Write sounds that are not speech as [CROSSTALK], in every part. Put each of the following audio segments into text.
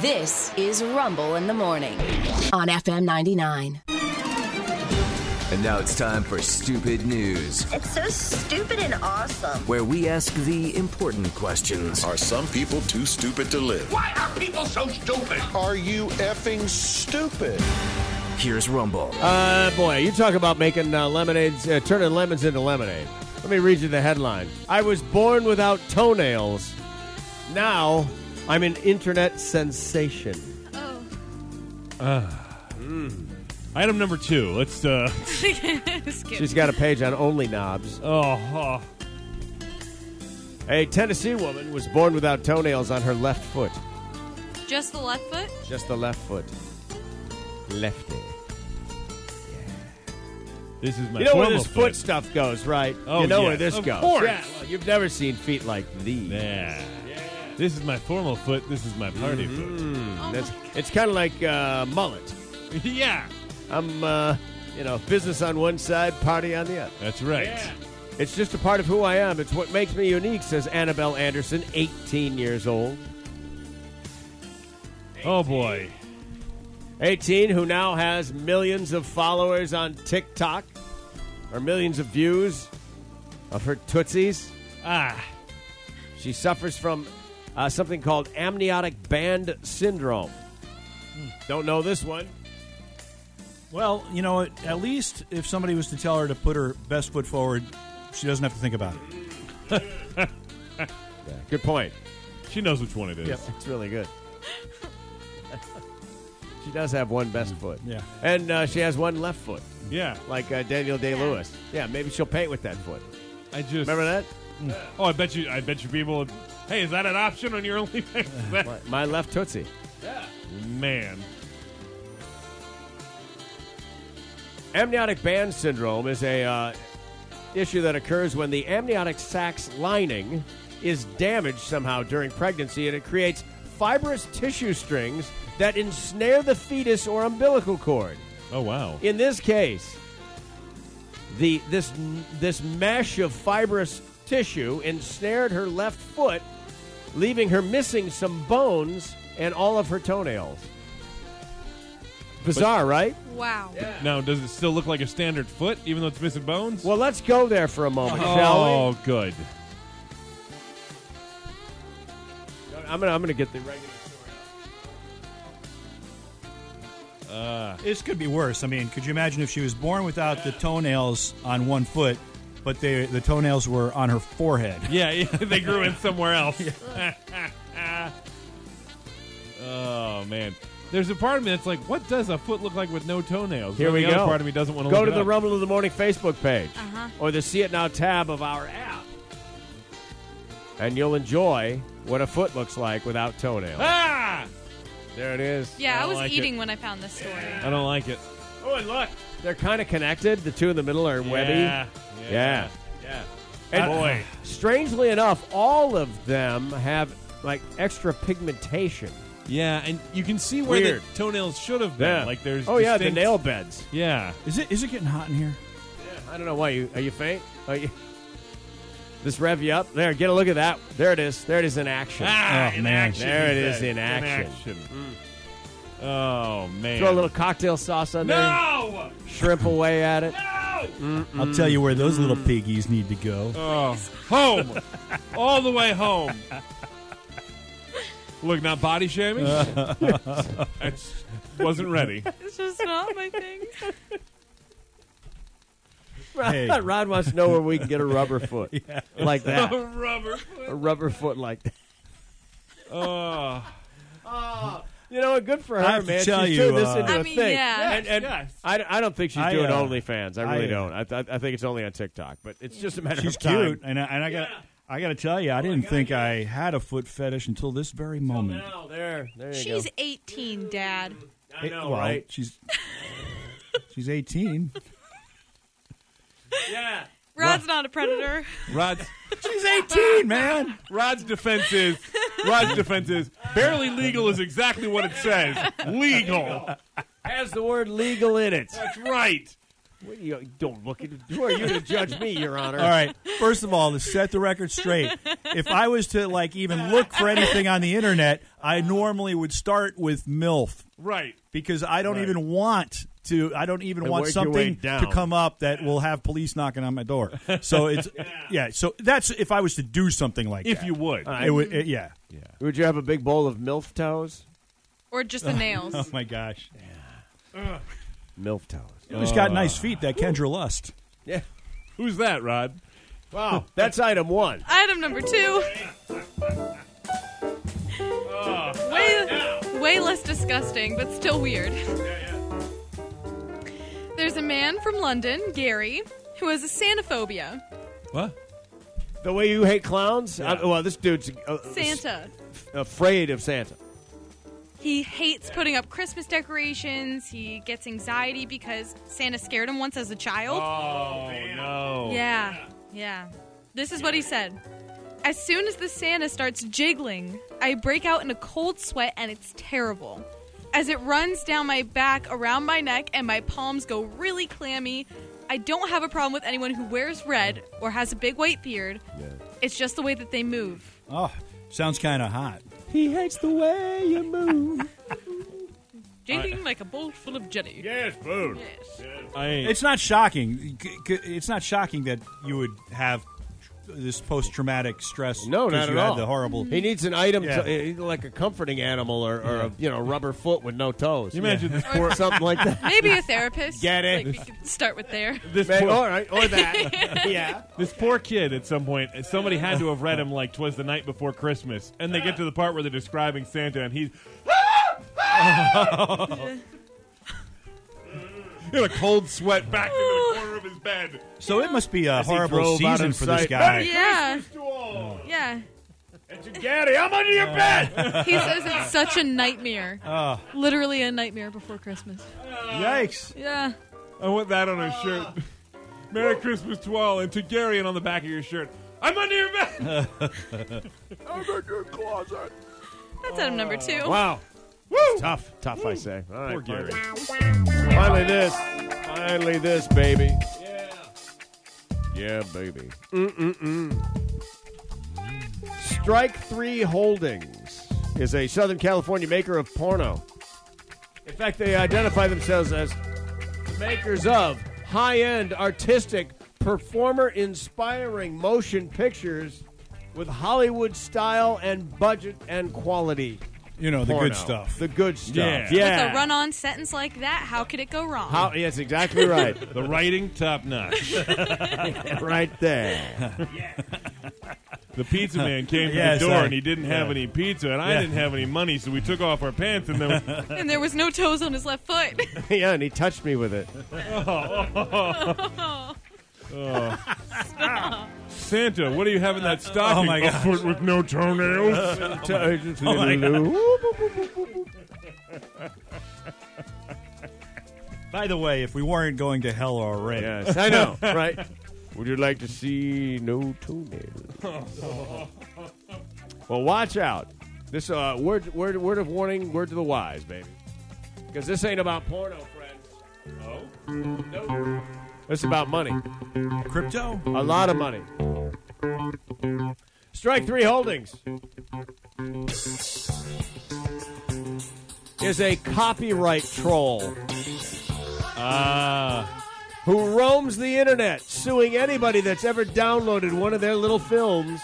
This is Rumble in the Morning on FM 99. And now it's time for Stupid News, It's so stupid and awesome. where we ask the important questions. Are some people too stupid to live? Why are people so stupid? Are you effing stupid? Here's Rumble. Uh, boy, you talk about making uh, lemonades, uh, turning lemons into lemonade. Let me read you the headline. I was born without toenails. Now I'm an internet sensation. Item number two. Let's. uh She's got a page on Only Knobs. Oh, oh. A Tennessee woman was born without toenails on her left foot. Just the left foot? Just the left foot. Lefty. this is my. You know where formal this foot stuff goes, right? Oh, you know yeah, where this of goes. course. Yeah, well, you've never seen feet like these. Yeah. This is my formal foot. This is my party Mm-hmm. Oh That's- my it's kind of like uh, mullet. [LAUGHS] foot. yeah. I'm, uh, you know, business on one side, party on the other. That's right. It's just a part of who I am. It's what makes me unique, says Annabelle Anderson, 18 years old. Oh boy. 18, who now has millions of followers on TikTok, or millions of views of her Tootsies. Ah. She suffers from uh, something called amniotic band syndrome. Hmm. Don't know this one. Well, you know, at at least if somebody was to tell her to put her best foot forward, she doesn't have to think about it. Good point. She knows which one it is. It's really good. [LAUGHS] she does have one best foot. Yeah. And uh, she has one left foot, Yeah. like uh, Daniel Day Lewis. Yeah, maybe she'll paint with that foot. I just Remember that? Oh, I bet you. I bet you people. Hey, is that an option on your [LAUGHS] [LAUGHS] OnlyFans? My, my left Tootsie. Man. Amniotic band syndrome is a uh, issue that occurs when the amniotic sac's lining is damaged somehow during pregnancy, and it creates fibrous tissue strings that ensnare the fetus or umbilical cord. Oh wow. In this case, the this this mesh of fibrous tissue ensnared her left foot, leaving her missing some bones and all of her toenails. Bizarre, right? God. Wow. Now, does it still look like a standard foot, even though it's missing bones? Well, let's go there for a moment, shall oh, good. we? I'm gonna I'm gonna get the regular. This could be worse. I mean, could you imagine if she was born without the toenails on one foot, but they, the toenails were on her forehead? [LAUGHS] Yeah, yeah, they grew in [LAUGHS] somewhere else. [LAUGHS] oh man, there's a part of me that's like, what does a foot look like with no toenails? Here Then we the go. Other part of me doesn't want to Go look to it the up. Rumble of the Morning Facebook page or the See It Now tab of our app, and you'll enjoy what a foot looks like without toenails. Ah, There it is. I Yeah, I, don't was like eating when I found this story. I don't like it. Oh, and look, they're kind of connected. The two in the middle are webby. Yeah, Yeah. And boy. Strangely enough, all of them have like extra pigmentation. Yeah, and you can see where Weird. the toenails should have [LAUGHS] been. Like there's oh yeah, the distinct- nail beds. Yeah, Ah. Is it is it getting hot in here? I don't know why you are you faint. Are you? This rev you up there. Get a look at that. There it is. There it is in action. ah, Oh, in man. action, There it he is said. in action. action. Oh man, Throw a little cocktail sauce on there. no, Shrimp away at it. no. I'll tell you where those Mm. little piggies need to go. Oh, home, all the way home. Look, not body [LAUGHS] shaming. I just wasn't ready. It's just not my thing. Hey. Rod wants to know where we can get a rubber [LAUGHS] foot like that. Rubber. A rubber foot like that. Oh, Oh. You know what? Good for her, I have to man. tell She's you, turned this uh, into I a mean, thing. yeah. And, and Yes. I, I don't think she's I, doing uh, OnlyFans. I really I, uh, don't. I, th- I think it's only on TikTok, but it's just a matter She's of time. cute, and I, and I got I got to tell Oh, you, I didn't think I had a foot fetish until this very moment. Now, there, there you She's go. 18, Dad. I know, well, right? She's she's eighteen. Yeah. Rod's not a predator. [LAUGHS] Rod's She's eighteen, man. Rod's defense is Rod's defense is barely legal is exactly [LAUGHS] what it says. Legal. Has the word legal in it. That's right. What do you don't look at. Who are you to judge me, Your Honor? All right. First of all, to set the record straight, if I was to like even look for anything on the internet, I normally would start with MILF Right. because I don't Right. even want to. I don't even And want work your way something down. to come up that will have police knocking on my door. [LAUGHS] So it's yeah. So that's if I was to do something like If that. you would. I would. It, yeah. Would you have a big bowl of milf toes? or just the nails. Oh my gosh. Oh. Milf toes. He's got nice feet. That Kendra Lust. Yeah. Who's that, Rod? Wow. [LAUGHS] That's item one. Item number two. Oh. way, way less disgusting, but still weird. There's a man from London, Gary, who has a Santaphobia. What? The way you hate clowns? I- well, this dude's uh, Santa. s- afraid of Santa. He hates putting up Christmas decorations. He gets anxiety because Santa scared him once as a child. Oh, no. Yeah, yeah. This is what he said. As soon as the Santa starts jiggling, I break out in a cold sweat and it's terrible. As it runs down my back, around my neck, and my palms go really clammy, I don't have a problem with anyone who wears red or has a big white beard. It's just the way that they move. Oh, sounds kind of hot. He hates the way you move. Jiggling like a bowl full of jelly. Yes, food. Yes. I ain't. It's not shocking. C- c- It's not shocking that you would have this post-traumatic stress. No, 'cause not you at had all. The [LAUGHS] horrible. He needs an item Yeah. to- uh, like a comforting animal or, or a you know rubber foot with no toes. you imagine this poor. [LAUGHS] something like that. Maybe [LAUGHS] a therapist. Get it. Like, we could start with [LAUGHS] there. This Man, poor, all right, or that. yeah. this poor kid at some point, somebody had to have read him like 'twas the night before Christmas, and they get to the part where they're describing Santa, and he's in a cold sweat back into the corner of his bed. So it must be a he horrible drove out season of for this sight. guy. [LAUGHS] Yeah, To all. yeah. And to Gaddy, I'm under your [LAUGHS] bed. He says it's such a nightmare. Ah. Literally a nightmare before Christmas. Yikes! Yeah. I want that on a shirt. Merry Christmas to all, and to Gary, and on the back of your shirt. I'm under your [LAUGHS] bed. That's item number two. Wow. It's Tough, tough, I say. All right, Finally, Finally this. Finally this, baby. Yeah. Yeah, baby. Mm-mm-mm. Strike Three Holdings is a Southern California maker of porno. In fact, they identify themselves as the makers of high-end, artistic, performer-inspiring motion pictures with Hollywood style and budget and quality. You know the Porno. good stuff. The good stuff. Yeah. With a run-on sentence like that, how could it go wrong? How, Oh, yes, exactly [LAUGHS] right. the writing, top notch. [LAUGHS] right there. The pizza man came to Yeah, the door sorry. and he didn't have any pizza, and I Yeah. didn't have any money, so we took off our pants and then [LAUGHS] and there was no toes on his left foot. yeah, and he touched me with it. Santa, what do you have in [LAUGHS] that stocking? Oh, my A gosh. foot with no toenails. uh, [LAUGHS] Oh my By the way, if we weren't going to hell [LAUGHS] already, yes, I know, right? Would you like to see no toenails? [LAUGHS] well, watch out. This uh, word, word, word of warning, word to the wise, baby. Because this ain't about porno, friends. Oh? Nope. This is about money. crypto. A lot of money. Strike Three Holdings is a copyright troll uh, who roams the internet suing anybody that's ever downloaded one of their little films.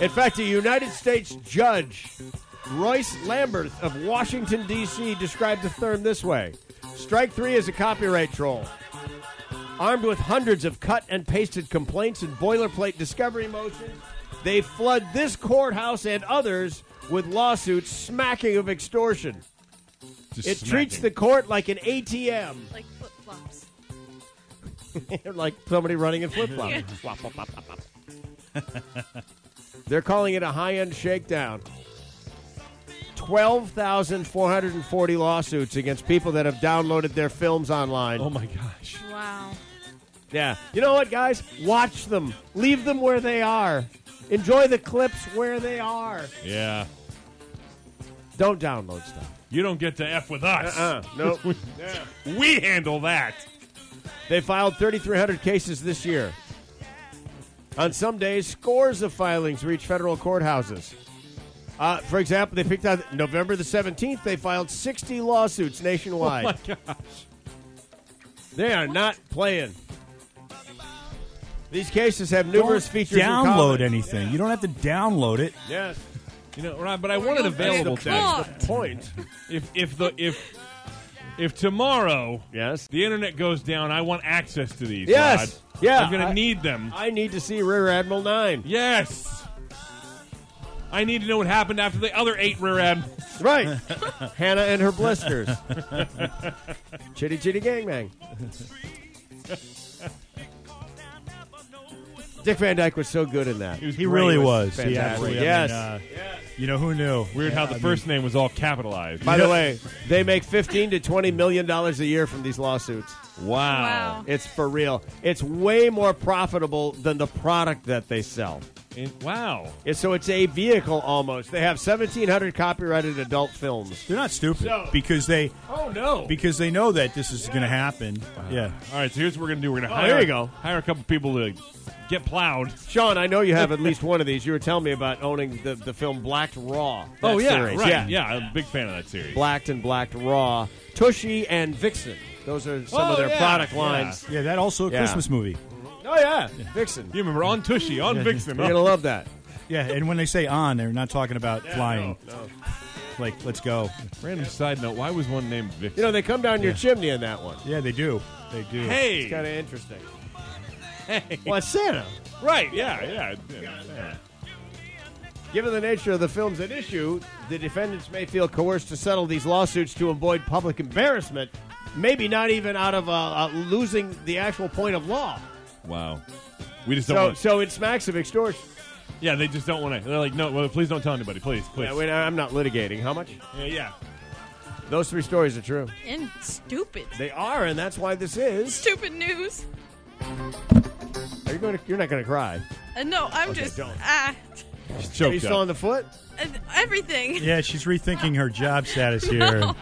In fact, a United States judge, Royce Lambert of Washington, D.C., described the term this way Strike three is a copyright troll. Armed with hundreds of cut and pasted complaints and boilerplate discovery motions, they flood this courthouse and others with lawsuits smacking of extortion. It treats the court like an ATM, like flip-flops. like somebody running in flip [LAUGHS] flops. They're calling it a high end shakedown. 12,440 lawsuits against people that have downloaded their films online. Oh my gosh. Wow. Yeah. You know what, guys? Watch them. Leave them where they are. Enjoy the clips where they are. Yeah. Don't download stuff. You don't get to F with us. Uh, nope. [LAUGHS] We handle that. They filed 3,300 cases this year. On some days, scores of filings reach federal courthouses. Uh, for example, they picked out November the 17th, they filed 60 lawsuits Oh, nationwide. They are not playing. These cases have numerous Don't features. in download common. anything. You don't have to download it. Yes. [LAUGHS] You know, Ron, but I want it you'll get available caught. to us. That's the point. If if the if if tomorrow Yes. the internet goes down, I want access to these. Yes. Rod. Yeah, I'm gonna I- need them. I need to see Rear Admiral 9. yes. I need to know what happened after the other eight rear end. [LAUGHS] Right. Hannah and her blisters. chitty chitty gangbang. Dick Van Dyke was so good in that. was He great. really It was. He fantastic. absolutely- I Yes. mean, uh, You know who knew? Weird how the I first name was all capitalized. By the way, they make fifteen to twenty million dollars a year from these lawsuits. wow. Wow. It's for real. It's way more profitable than the product that they sell. And- wow. And so it's a vehicle almost. They have seventeen hundred copyrighted adult films. They're not stupid because they Oh no. because they know that this is going to happen. Yeah. all right, so here's what we're gonna do. We're gonna Oh, hire there you go. hire a couple people to get plowed. Sean, I know you have at least one of these. You were telling me about owning the, the film Blacked Raw. that oh yeah, series. right. I'm a big fan of that series. Blacked and Blacked Raw, Tushy and Vixen. Those are some of Oh, their yeah. product Yeah. lines. Yeah, that also a Yeah. Christmas movie. Oh yeah, Vixen. You remember on Tushy, on Vixen. You're gonna love that. Yeah, and when they say on, they're not talking about flying. Like, let's go. Random side note: Why was one named Vixen? You know they come down your chimney in that one. Yeah, they do. They do. It's kind hey, of interesting. Well, it's Santa. right? Yeah, yeah, yeah, yeah. Given the nature of the films at issue, the defendants may feel coerced to settle these lawsuits to avoid public embarrassment. Maybe not even out of uh, uh, losing the actual point of law. Wow. We just don't. So, want so it smacks of extortion. yeah, they just don't want to. They're like, no, well, please don't tell anybody, please, please. Yeah, wait, I'm not litigating. How much? yeah, yeah. Those three stories are true. And stupid. They are, and that's why this is. Stupid news. Are you going? To, you're not going to cry. Uh, no, I'm Okay, just. don't. ah, She's Are you choked still on up. the foot? uh, everything. Yeah, she's rethinking her job status here.